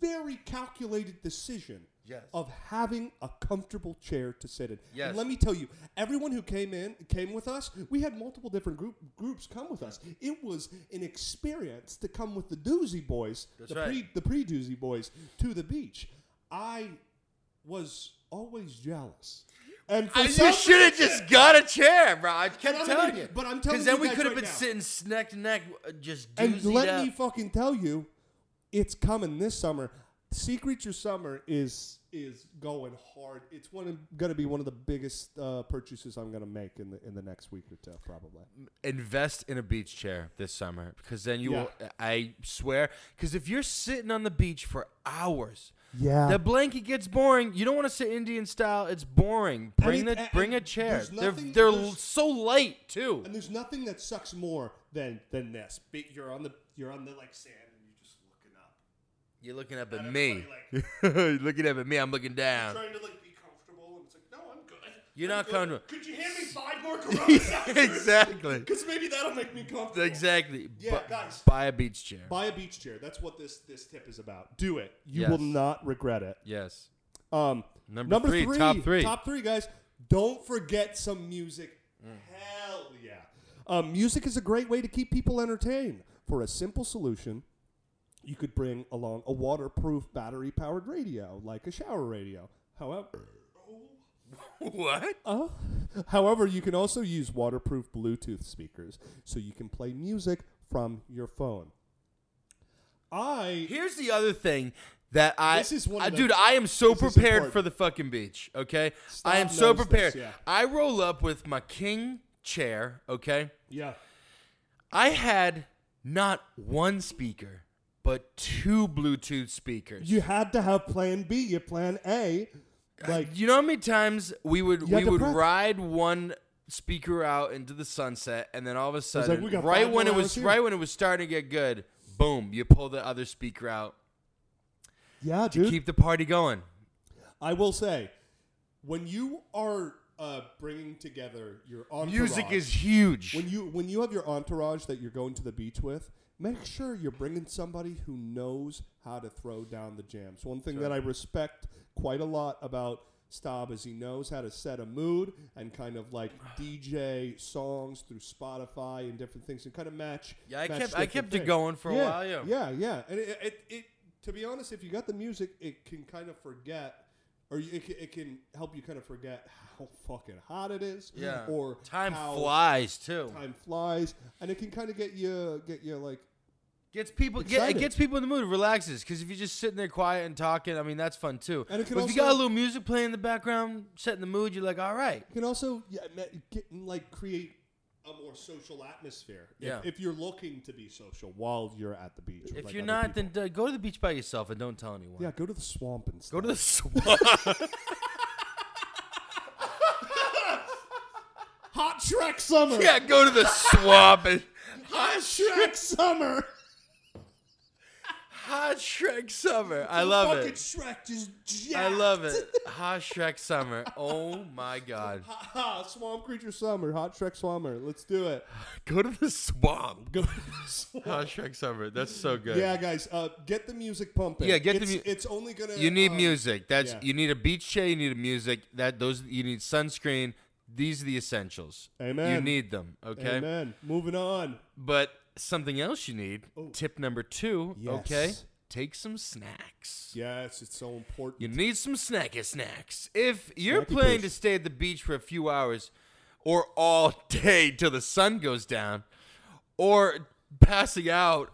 S3: very calculated decision
S1: Yes.
S3: of having a comfortable chair to sit in.
S1: Yes.
S3: And let me tell you, everyone who came in came with us. We had multiple different group groups come with us. It was an experience to come with the Doozy Boys,
S1: That's
S3: the
S1: right.
S3: pre the pre Doozy Boys, to the beach. I was always jealous. And for
S1: I,
S3: some
S1: you should have
S3: reason-
S1: just got a chair, bro. I
S3: But
S1: kept
S3: I'm
S1: telling
S3: gonna-
S1: you.
S3: but I'm telling
S1: then
S3: you
S1: we
S3: guys
S1: could have
S3: right
S1: been
S3: now.
S1: sitting sitting neck to neck, uh, just
S3: And
S1: doozied
S3: let
S1: up.
S3: me fucking tell you, it's coming this summer. Sea Creature Summer is is going hard. It's one of, gonna be one of the biggest uh, purchases I'm gonna make in the in the next week or two, probably.
S1: invest in a beach chair this summer because then you
S3: Yeah.
S1: will i swear because if you're sitting on the beach for hours
S3: Yeah.
S1: the blanket gets boring you don't want to sit indian style it's boring bring
S3: it-
S1: the
S3: and-
S1: bring a
S3: and
S1: chair
S3: there's
S1: they're
S3: nothing-
S1: they're
S3: there's-
S1: so light too
S3: And there's nothing that sucks more than than this. Be- You're on the you're on the like sand and you're just looking up,
S1: you're looking up at
S3: And
S1: me
S3: everybody,
S1: you're looking up at me i'm looking down
S3: trying to like be comfortable, and it's like, no, I'm good.
S1: You're
S3: I'm
S1: not
S3: good.
S1: comfortable.
S3: Could you hand me five more Coronas?
S1: exactly
S3: Because maybe that'll make me comfortable.
S1: exactly
S3: Yeah,
S1: Bu-
S3: guys.
S1: buy a beach chair
S3: Buy a beach chair. That's what this this tip is about. Do it. You
S1: Yes.
S3: will not regret it.
S1: yes
S3: Um,
S1: Number three, top three.
S3: top three, guys. Don't forget some music Hell yeah. Um, music is a great way to keep people entertained. For a simple solution, you could bring along a waterproof battery powered radio, like a shower radio. However,
S1: What?
S3: uh, however, you can also use waterproof Bluetooth speakers so you can play music from your phone. I
S1: Here's the other thing that I,
S3: This is one of
S1: I-
S3: the-
S1: dude, I am so
S3: this is
S1: prepared
S3: important.
S1: for the fucking beach. Okay,
S3: Stop
S1: I am so
S3: knows this,
S1: prepared.
S3: yeah.
S1: I roll up with my king chair. Okay,
S3: yeah.
S1: I had not one speaker, but two Bluetooth speakers.
S3: You had to have plan B, your plan A. Like
S1: You know how many times we would
S3: You had
S1: we
S3: to
S1: would
S3: prep.
S1: ride one speaker out into the sunset, and then all of a
S3: like,
S1: sudden,
S3: "We got
S1: right
S3: five
S1: when
S3: more
S1: it
S3: hours
S1: was
S3: here."
S1: right when it was starting to get good, boom, you pull the other speaker out,
S3: yeah, dude.
S1: keep the party going.
S3: I will say, when you are uh, bringing together your entourage,
S1: Music is huge.
S3: when you when you have your entourage that you're going to the beach with. Make sure you're bringing somebody who knows how to throw down the jams. One thing that I respect quite a lot about Staub is he knows how to set a mood and kind of like DJ songs through Spotify and different things and kind of match.
S1: Yeah, I
S3: match
S1: kept- I
S3: different
S1: kept it
S3: things.
S1: going for a
S3: Yeah,
S1: while, yeah.
S3: yeah, yeah. And it, it, it, to be honest, if you got the music, it can kind of forget, or you- it, ca- it can help you kind of forget how fucking hot it is.
S1: yeah,
S3: Or
S1: time
S3: how
S1: flies too.
S3: Time flies, and it can kind of get you, get you like,
S1: Gets people get, it
S3: Excited.
S1: gets people in the mood, relaxes. Because if you're just sitting there quiet and talking, I mean that's fun too.
S3: And it can
S1: but if you got a
S3: also-
S1: little music playing in the background, setting the mood, you're like, all right.
S3: you can also yeah, ma- get, like create a more social atmosphere. if-
S1: Yeah.
S3: If, you're looking to be social while you're at the beach. with,
S1: If
S3: like,
S1: you're
S3: other
S1: not,
S3: people.
S1: then uh, go to the beach by yourself and don't tell anyone.
S3: yeah, go to the swamp
S1: Go
S3: and stuff.
S1: to the swamp.
S3: hot Shrek summer.
S1: yeah, go to the swamp and
S3: hot Shrek summer.
S1: hot Shrek summer. I love
S3: Fucking
S1: it.
S3: Shrek just.
S1: I
S3: jacked.
S1: love it. Hot Shrek summer. Oh my god.
S3: Ha ha! Swamp creature summer, hot Shrek summer. Let's do it.
S1: Go to the swamp.
S3: Go to the swamp.
S1: Hot Shrek summer. That's so good.
S3: Yeah, guys, uh, get the music pumping.
S1: Yeah, get the
S3: it's,
S1: mu-
S3: It's only gonna.
S1: You need
S3: um,
S1: music. That's
S3: yeah.
S1: you need a beach chair. You need a music. That those you need sunscreen. These are the essentials. You
S3: Amen.
S1: need them. Okay.
S3: Amen. Moving on.
S1: But something else you need. Tip number two. Okay.
S3: Oh. Yes.
S1: Take some snacks.
S3: Yes, it's so important.
S1: You need some snacky snacks. If you're
S3: Snacky
S1: planning
S3: push.
S1: to stay at the beach for a few hours, or all day till the sun goes down, or passing out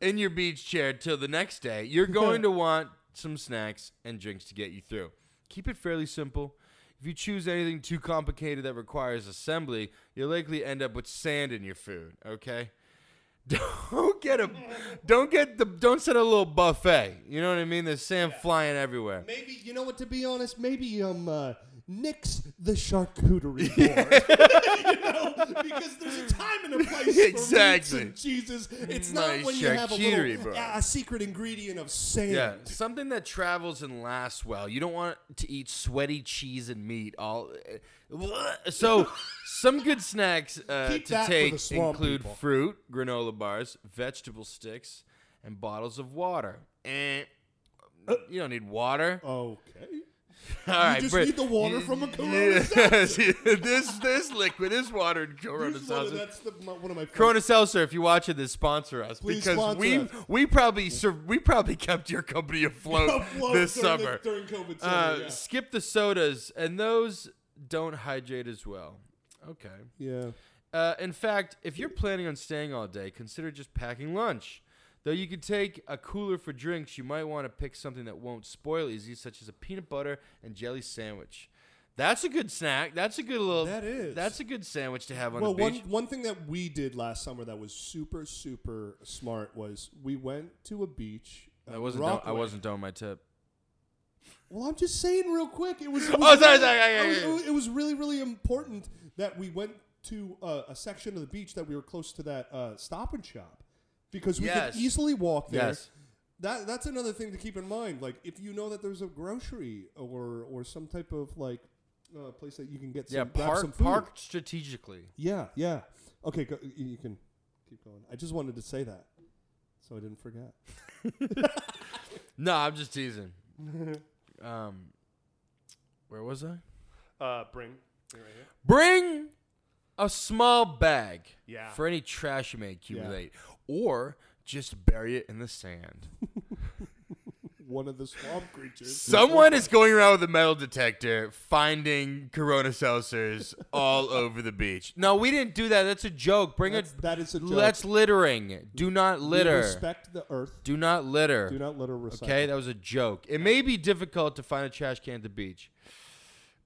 S1: in your beach chair till the next day, you're going to want some snacks and drinks to get you through. Keep it fairly simple. If you choose anything too complicated that requires assembly, you'll likely end up with sand in your food, okay? Don't get a don't get the don't set a little buffet. You know what I mean? There's sand flying everywhere.
S3: maybe you know what? To be honest, maybe um, uh, nix the charcuterie board. you know, because there's a time and a place.
S1: Exactly.
S3: For meats and cheeses. It's
S1: My
S3: not when you have a
S1: charcuterie
S3: little
S1: board.
S3: uh, secret ingredient of sand.
S1: Yeah, something that travels and lasts well. You don't want to eat sweaty cheese and meat all. eh, So, some good snacks uh,
S3: Keep
S1: to
S3: that for
S1: take
S3: the swamp
S1: include
S3: people.
S1: fruit, granola bars, vegetable sticks, and bottles of water. And you don't need water.
S3: Okay.
S1: all right,
S3: Uh, just
S1: Brit.
S3: need the water from a Corona
S1: this this liquid, this water, and Corona
S3: Here's one of-
S1: sauce.
S3: that's the, my, one of my
S1: Corona Seltzer, if you're watching this, sponsor us
S3: Please
S1: because
S3: sponsor
S1: we
S3: us.
S1: we probably sur- we probably kept your company afloat,
S3: Afloat
S1: this
S3: during the-
S1: summer.
S3: during COVID summer,
S1: uh,
S3: yeah.
S1: Skip the sodas, and those don't hydrate as well. Okay.
S3: Yeah.
S1: Uh, in fact, if you're planning on staying all day, consider just packing lunch. Though you could take a cooler for drinks, you might want to pick something that won't spoil easy, such as a peanut butter and jelly sandwich. That's a good snack. That's a good little.
S3: That is.
S1: That's a good sandwich to have on
S3: Well,
S1: the
S3: one,
S1: beach.
S3: one thing that we did last summer that was super, super smart was we went to a beach.
S1: I
S3: uh,
S1: wasn't. Done, I
S3: Rockaway.
S1: wasn't done with my tip.
S3: Well, I'm just saying real quick. It was. It
S1: sorry,
S3: was
S1: Oh, sorry,
S3: really-
S1: sorry, yeah,
S3: it was-
S1: yeah,
S3: It,
S1: yeah.
S3: was, really, really important that we went to uh, a section of the beach that we were close to that uh, Stop and Shop because we
S1: Yes.
S3: could easily walk there.
S1: Yes.
S3: That, that's another thing to keep in mind. Like, if you know that there's a grocery or or some type of like uh, place that you can get some,
S1: Yeah,
S3: grab some
S1: park,
S3: food.
S1: parked strategically.
S3: Yeah, yeah. Okay, go, y- you can keep going. I just wanted to say that so I didn't forget.
S1: No, I'm just teasing. um, where was I?
S3: Uh, bring
S1: Bring a small bag
S4: Yeah.
S1: for any trash you may accumulate, or just bury it in the sand.
S3: One of the swamp creatures.
S1: Someone is going around with a metal detector finding Corona seltzers all over the beach. No, we didn't do that. That's a joke. Bring
S3: That's,
S1: it.
S3: that is a joke.
S1: That's littering. Do not
S3: We
S1: litter.
S3: Respect the earth.
S1: Do not litter.
S3: Do not let her recycle.
S1: Okay, that was a joke. It may be difficult to find a trash can at the beach.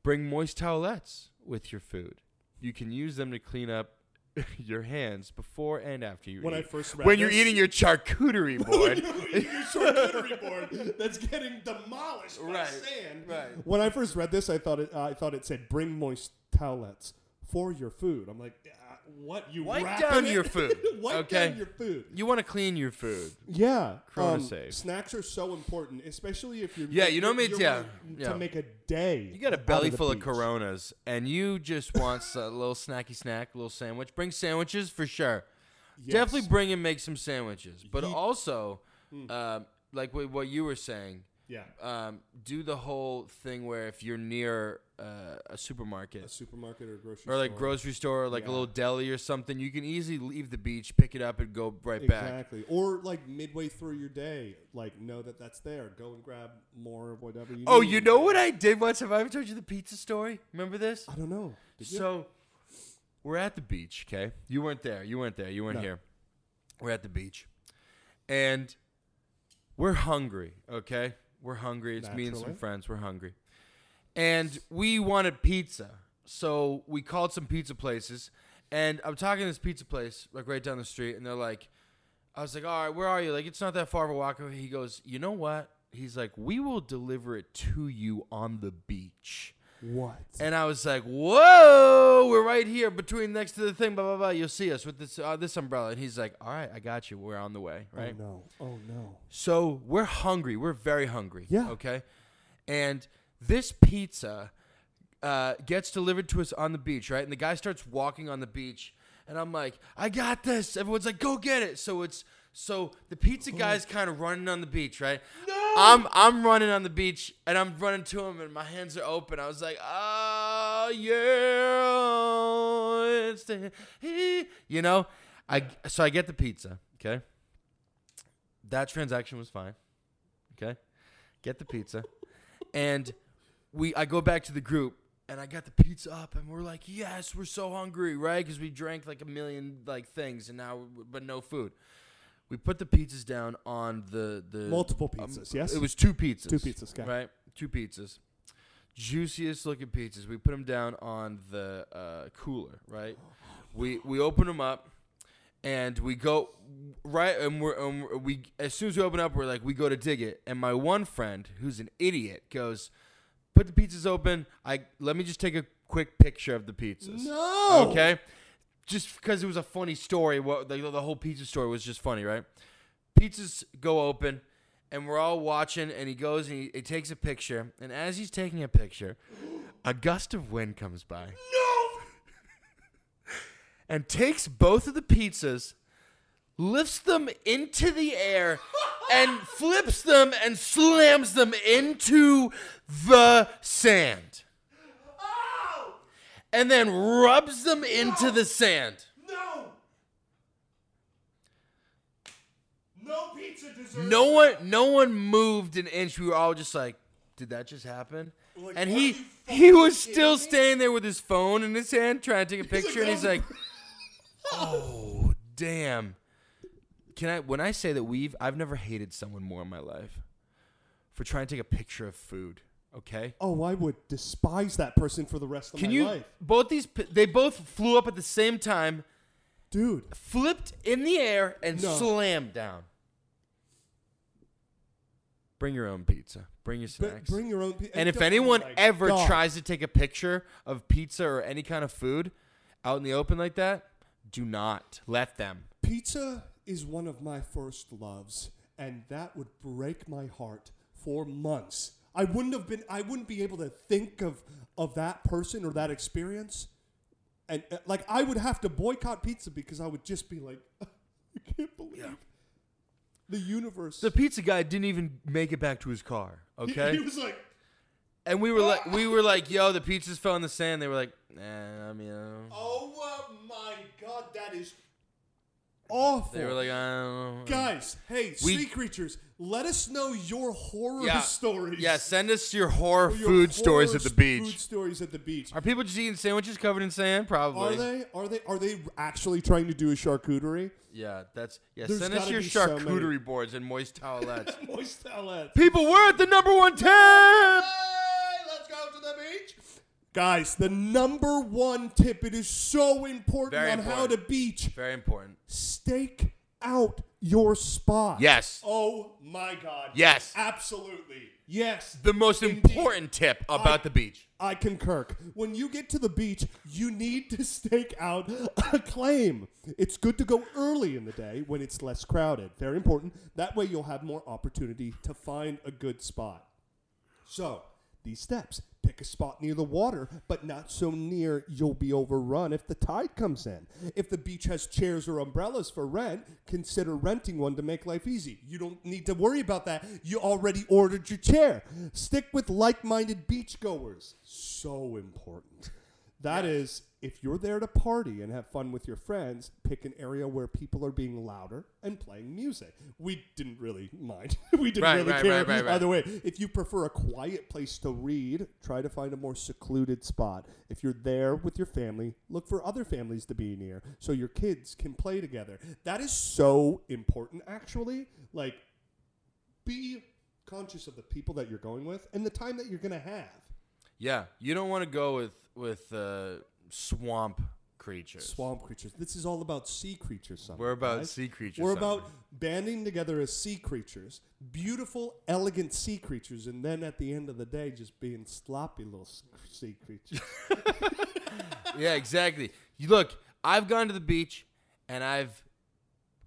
S1: Bring moist towelettes with your food. You can use them to clean up your hands before and after you
S4: When
S1: eat.
S4: I first read
S1: when you're
S4: this-
S1: eating your charcuterie board.
S2: charcuterie board.
S3: That's getting demolished by
S1: Right,
S3: sand.
S1: right.
S3: When I first read this, I thought it. I thought it said bring moist towelettes for your food. I'm like, uh, what you
S1: Wipe
S3: wrapping
S1: down
S3: it?
S1: your food,
S3: Wipe
S1: okay?
S3: down your food.
S1: you want to clean your food.
S3: Yeah. um,
S1: Corona safe.
S3: Snacks are so important, especially if you're
S1: Yeah, you know me
S3: you're
S1: too.
S3: wanting
S1: Yeah.
S3: to make a day.
S1: You got a
S3: out
S1: belly
S3: the
S1: full of
S3: beach.
S1: Coronas, and you just want s- a little snacky snack, a little sandwich. Bring sandwiches for sure. Definitely bring and make some sandwiches, but also, um, like what, what you were saying,
S3: Hmm. Yeah.
S1: um, do the whole thing where if you're near uh, a
S3: A
S1: supermarket
S3: supermarket or a grocery
S1: or like
S3: store.
S1: grocery store or like
S3: Yeah.
S1: a little deli or something, you can easily leave the beach, pick it up, and go right back.
S3: Exactly. Or like midway through your day, like know that that's there. Go and grab more of whatever you.
S1: Oh,
S3: need.
S1: you know what I did once? Have I ever told you the pizza story? Remember this?
S3: I don't know. Did you?
S1: So we're at the beach, okay? You weren't there. You weren't there. You weren't
S3: No.
S1: here. We're at the beach. And we're hungry, okay? We're hungry. It's me and some
S3: Naturally.
S1: friends. We're hungry. And we wanted pizza. So we called some pizza places. And I'm talking to this pizza place, like right down the street. And they're like, I was like, all right, where are you? Like, it's not that far of a walk. away. He goes, you know what? He's like, we will deliver it to you on the beach.
S3: What?
S1: And I was like, "Whoa, we're right here, between next to the thing, blah blah blah. You'll see us with this uh, this umbrella." And he's like, "All right, I got you. We're on the way, right?"
S3: Oh no! Oh no!
S1: So we're hungry. We're very hungry.
S3: Yeah.
S1: Okay. And this pizza uh, gets delivered to us on the beach, right? And the guy starts walking on the beach, and I'm like, I got this. Everyone's like, go get it. So it's so the pizza guy's kind of running on the beach, right? No. I'm I'm running on the beach, and I'm running to him, and my hands are open. I was like, oh yeah, it's the, he-" you know. I so I get the pizza, okay that transaction was fine. Okay. Get the pizza. and we I go back to the group and I got the pizza up and we're like, "Yes, we're so hungry, right? Cuz we drank like a million like things and now but no food." We put the pizzas down on the the
S3: Multiple
S1: um,
S3: pizzas. yes.
S1: It was two pizzas.
S3: Two pizzas, okay.
S1: Right? Two pizzas. Juiciest looking pizzas. We put them down on the uh, cooler, right? We we open them up and we go right and we're and we're- we as soon as we open up we're like we go to dig it and my one friend who's an idiot goes put the pizzas open i let me just take a quick picture of the pizzas
S3: No!
S1: okay just because it was a funny story what the, the whole pizza story was just funny right pizzas go open and we're all watching and he goes and he, he takes a picture and as he's taking a picture a gust of wind comes by and takes both of the pizzas, lifts them into the air, and flips them and slams them into the sand. And then rubs them into the sand.
S2: No! No pizza dessert.
S1: No one, no one moved an inch. We were all just like, "Did that just happen?" and he, he was still standing there with his phone in his hand, trying to take a picture. and he's like, "Oh, damn." Can I? When I say that we've, I've never hated someone more in my life for trying to take a picture of food. Okay.
S3: Oh, I would despise that person for the rest of
S1: Can
S3: my
S1: you?
S3: life,
S1: Both these, pi- they both flew up at the same time,
S3: dude.
S1: flipped in the air, and
S3: No.
S1: slammed down. Bring your own pizza. Bring your
S3: br-
S1: snacks.
S3: bring your own. Pe-
S1: And if
S3: don't-
S1: anyone
S3: oh my
S1: ever
S3: God.
S1: tries to take a picture of pizza or any kind of food out in the open like that, do not let them.
S3: pizza is one of my first loves, and that would break my heart for months. I wouldn't have been. I wouldn't be able to think of of that person or that experience, and uh, like I would have to boycott pizza because I would just be like, I can't believe the universe.
S1: The pizza guy didn't even make it back to his car,
S3: He-
S1: okay?
S3: he was like,
S1: And we were like, we were like, yo, the pizzas fell in the sand. They were like, nah, I mean, I don't know.
S3: Oh my god, that is awful.
S1: they were like, I don't know.
S3: Guys, hey,
S1: We-
S3: sea creatures, let us know your horror
S1: Yeah.
S3: stories.
S1: Yeah, send us your horror
S3: Your
S1: food stories
S3: horror
S1: at the
S3: s- Food
S1: beach.
S3: stories at the beach.
S1: Are people just eating sandwiches covered in sand? Probably.
S3: Are they? Are they? Are they actually trying to do a charcuterie?
S1: Yeah, that's yeah.
S3: There's
S1: send us
S3: gotta
S1: your
S3: be so many.
S1: charcuterie boards and moist towelettes.
S3: Moist outlets.
S1: people, we're at the number one tip.
S3: let's go to the beach. Guys, the number one tip, it is so important
S1: Very
S3: on how to
S1: important.
S3: beach.
S1: Very important.
S3: Stake out your spot.
S1: Yes.
S3: Oh my God.
S1: Yes.
S3: Absolutely. Yes.
S1: The most
S3: Indeed.
S1: important tip about
S3: I-
S1: the beach.
S3: I concur. When you get to the beach, you need to stake out a claim. It's good to go early in the day when it's less crowded. Very important. That way you'll have more opportunity to find a good spot. So, these steps pick a spot near the water, but not so near you'll be overrun if the tide comes in. If the beach has chairs or umbrellas for rent, consider renting one to make life easy. You don't need to worry about that. You already ordered your chair. Stick with like minded beachgoers. So important. That is, if you're there to party and have fun with your friends, pick an area where people are being louder and playing music. We didn't really mind. we didn't
S1: Right,
S3: really
S1: right,
S3: care
S1: right, right, right.
S3: either way. If you prefer a quiet place to read, try to find a more secluded spot. If you're there with your family, look for other families to be near so your kids can play together. That is so important, actually. Like, be conscious of the people that you're going with and the time that you're going to have.
S1: Yeah, you don't want to go with with uh, swamp creatures.
S3: swamp creatures. This is all about sea creatures. Summer,
S1: We're about
S3: guys.
S1: sea creature
S3: We're
S1: summer.
S3: about banding together as sea creatures, beautiful, elegant sea creatures, and then at the end of the day, just being sloppy little s- sea creatures. Oh,
S1: yeah, exactly. You look, I've gone to the beach and I've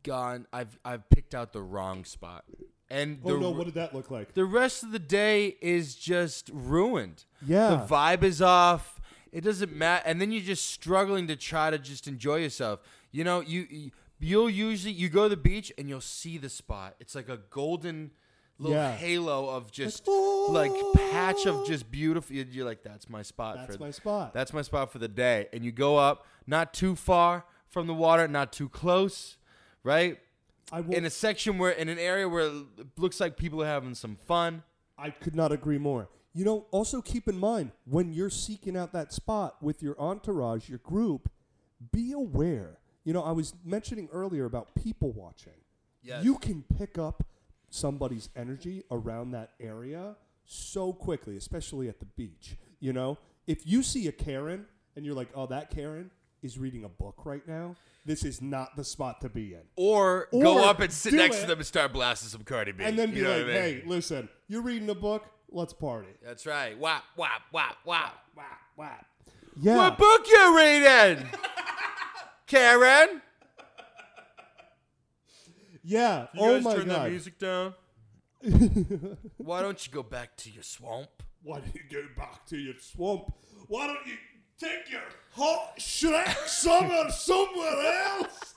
S1: gone I've I've picked out the wrong spot. And the
S3: oh no, what did that look like?
S1: the rest of the day is just ruined.
S3: Yeah.
S1: The vibe is off. It doesn't matter and then you're just struggling to try to just enjoy yourself. You know, you- you you'll usually you go to the beach and you'll see the spot. It's like a golden little
S3: Yeah.
S1: halo of just
S3: "Oh."
S1: like patch of just beautiful you're you're like that's my spot
S3: That's
S1: for
S3: my spot.
S1: that's my spot for the day. And you go up, not too far from the water, not too close, right?
S3: I will,
S1: In a section where, in an area where it looks like people are having some fun.
S3: I could not agree more. You know, also keep in mind when you're seeking out that spot with your entourage, your group, be aware. You know, I was mentioning earlier about people watching.
S1: Yes.
S3: You can pick up somebody's energy around that area so quickly, especially at the beach. You know, if you see a Karen and you're like, oh, that Karen is reading a book right now, this is not the spot to be in.
S1: Or,
S3: Or
S1: go up and sit
S3: do
S1: next
S3: it.
S1: to them and start blasting some Cardi B.
S3: And then be
S1: You know
S3: like,
S1: what I mean?
S3: hey, listen, you're reading a book, let's party.
S1: That's right. Wop, wop, wop, wop.
S3: Whap, whap. Yeah.
S1: What book you reading? Karen?
S3: Yeah.
S1: You
S3: Oh
S1: guys
S3: my
S1: turn that
S3: god.
S1: music down? Why don't you go back to your swamp?
S3: Why don't you go back to your swamp? Why don't you take your hot Shrek summer somewhere else?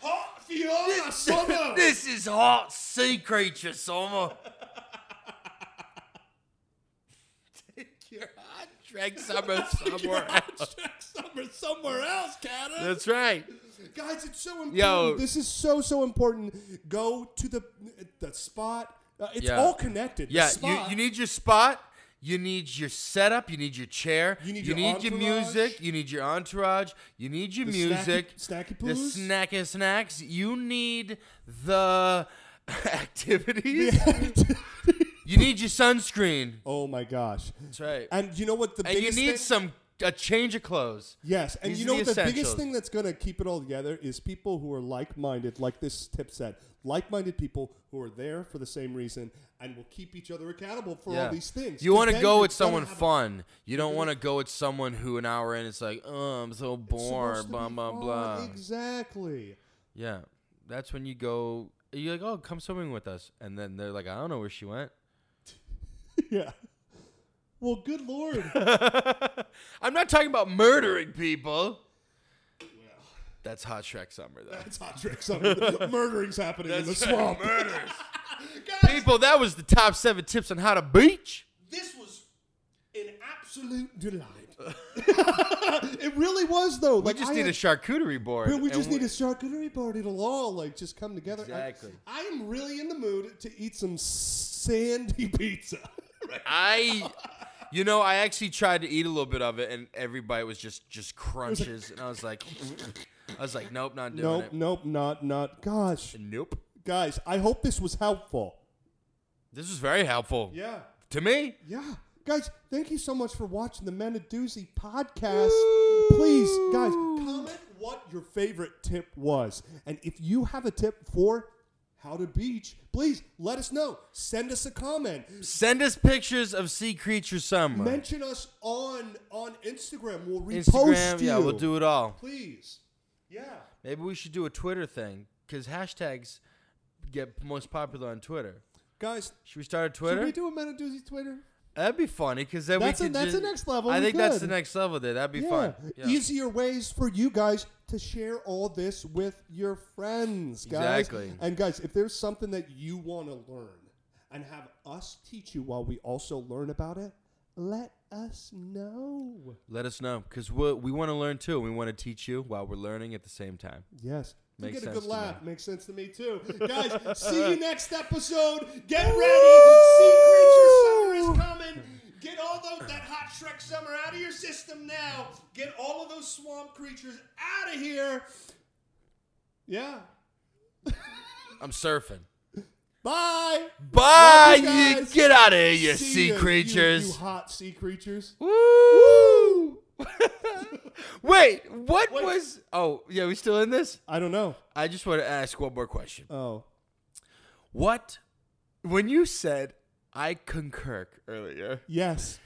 S3: hot Fiona summer.
S1: This is hot sea creature summer. Take your hot drink summer somewhere else.
S3: Shrek summer somewhere else, Karen.
S1: That's right.
S3: Guys, it's so important.
S1: Yo.
S3: This is so so important. Go to the the spot. Uh, it's
S1: Yeah.
S3: all connected. The
S1: Yeah, you,
S3: spot-
S1: you need your spot. You need your setup. You need your chair.
S3: You need
S1: you
S3: your
S1: need your
S3: entourage.
S1: music. You need your entourage. You need your
S3: The snacky-
S1: music.
S3: snacky
S1: the
S3: poos?
S1: snacky snacks. You need the activities. you need your sunscreen.
S3: Oh my gosh.
S1: That's right.
S3: And you know what the
S1: and you
S3: biggest
S1: need
S3: thing?
S1: some a change of clothes.
S3: Yes, and
S1: These are
S3: you know
S1: the
S3: what the biggest
S1: essentials.
S3: thing that's going to keep it all together is people who are like-minded, like this tip said, like-minded people who are there for the same reason and will keep each other accountable for all these things.
S1: You
S3: 'Cause
S1: want to
S3: then
S1: go
S3: you're
S1: with someone
S3: gonna have- Mhm.
S1: fun. You don't want to go with someone who an hour in it's like, oh, I'm so
S3: It's supposed
S1: bored,
S3: to
S1: blah
S3: be
S1: blah
S3: fun,
S1: blah.
S3: Exactly.
S1: Yeah, that's when you go. You're like, oh, come swimming with us, and then they're like, I don't know where she went.
S3: yeah. Well, good lord.
S1: I'm not talking about murdering people. That's hot Shrek summer though.
S3: That's hot trick. Something murdering's happening in the swamp.
S1: Murders.
S3: Guys,
S1: People, that was the top seven tips on how to beach.
S3: this was an absolute delight. it really was though.
S1: We just need a charcuterie board.
S3: We, we
S1: and
S3: just need a charcuterie board. It'll all like just come together.
S1: Exactly.
S3: I, I am really in the mood to eat some sandy pizza.
S1: I, you know, I actually tried to eat a little bit of it, and every bite was just just crunches, and I was like, I was like, nope, not doing
S3: nope,
S1: it.
S3: nope, not, not. Gosh,
S1: Nope.
S3: guys, I hope this was helpful.
S1: This was very helpful
S3: Yeah,
S1: to me.
S3: yeah, guys, thank you so much for watching the Men of Doozy podcast. Please, guys, comment what your favorite tip was, and if you have a tip for how to beach, please let us know. Send us a comment.
S1: Send us pictures of sea creatures somewhere.
S3: Mention us on on Instagram. We'll repost
S1: Instagram,
S3: you.
S1: yeah, we'll do it all.
S3: Please. Yeah.
S1: Maybe we should do a Twitter thing because hashtags get most popular on Twitter.
S3: Guys,
S1: Should we start a
S3: should
S1: Twitter?
S3: we do a Men of Doozy Twitter?
S1: that'd be funny because then
S3: That's a-
S1: we could.
S3: that's
S1: ju-
S3: the next level,
S1: I
S3: we
S1: think that's
S3: could.
S1: the next level. There, that'd be
S3: Yeah.
S1: fun. Yeah.
S3: Easier ways for you guys to share all this with your friends, guys.
S1: Exactly.
S3: And guys, if there's something that you want to learn and have us teach you while we also learn about it, let us know.
S1: Let us know because we we want to learn too. and We want to teach you while we're learning at the same time.
S3: Yes. You
S1: Makes
S3: get a
S1: sense
S3: good
S1: to
S3: laugh. Makes sense to me too. Guys, see you next episode. Get ready. Sea Creature Summer is coming. Get all tho- that hot Shrek summer out of your system now. Get all of those swamp creatures out of here. Yeah.
S1: I'm surfing.
S3: Bye.
S1: Bye.
S3: you
S1: you-
S3: guys.
S1: get out of here, you
S3: See
S1: sea
S3: ya, you-
S1: creatures.
S3: You, hot sea creatures.
S1: Woo! Wait, what
S3: Wait.
S1: was? Oh, yeah, we still in this?
S3: I don't know.
S1: I just want to ask one more question.
S3: Oh.
S1: What? When you said I concur earlier,
S3: Yes.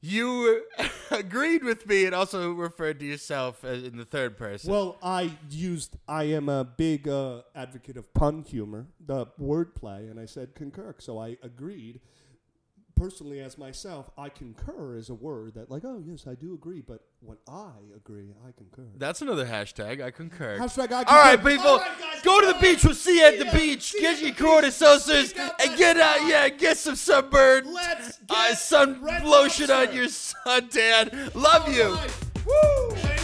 S1: you agreed with me and also referred to yourself as in the third person.
S3: Well, I used. I am a big uh, advocate of pun humor, the wordplay, and I said concur. So I agreed. Personally, as myself, I concur is a word that, like, oh yes, I do agree. But when I agree, I concur.
S1: That's another hashtag. I concur.
S3: Hashtag I concur.
S1: All right, people,
S3: All right, guys,
S1: go to the
S3: all
S1: beach.
S3: right.
S1: We'll see you at the
S3: ya.
S1: beach.
S3: See ya
S1: Get
S3: at
S1: your
S3: the
S1: corn
S3: beach.
S1: saucers
S3: Take out
S1: and
S3: that
S1: get out.
S3: sun.
S1: Yeah, get some sunburn.
S3: Let's
S1: uh,
S3: get
S1: sun
S3: red
S1: lotion on
S3: lobster.
S1: your suntan. Love you.
S3: All right. Woo!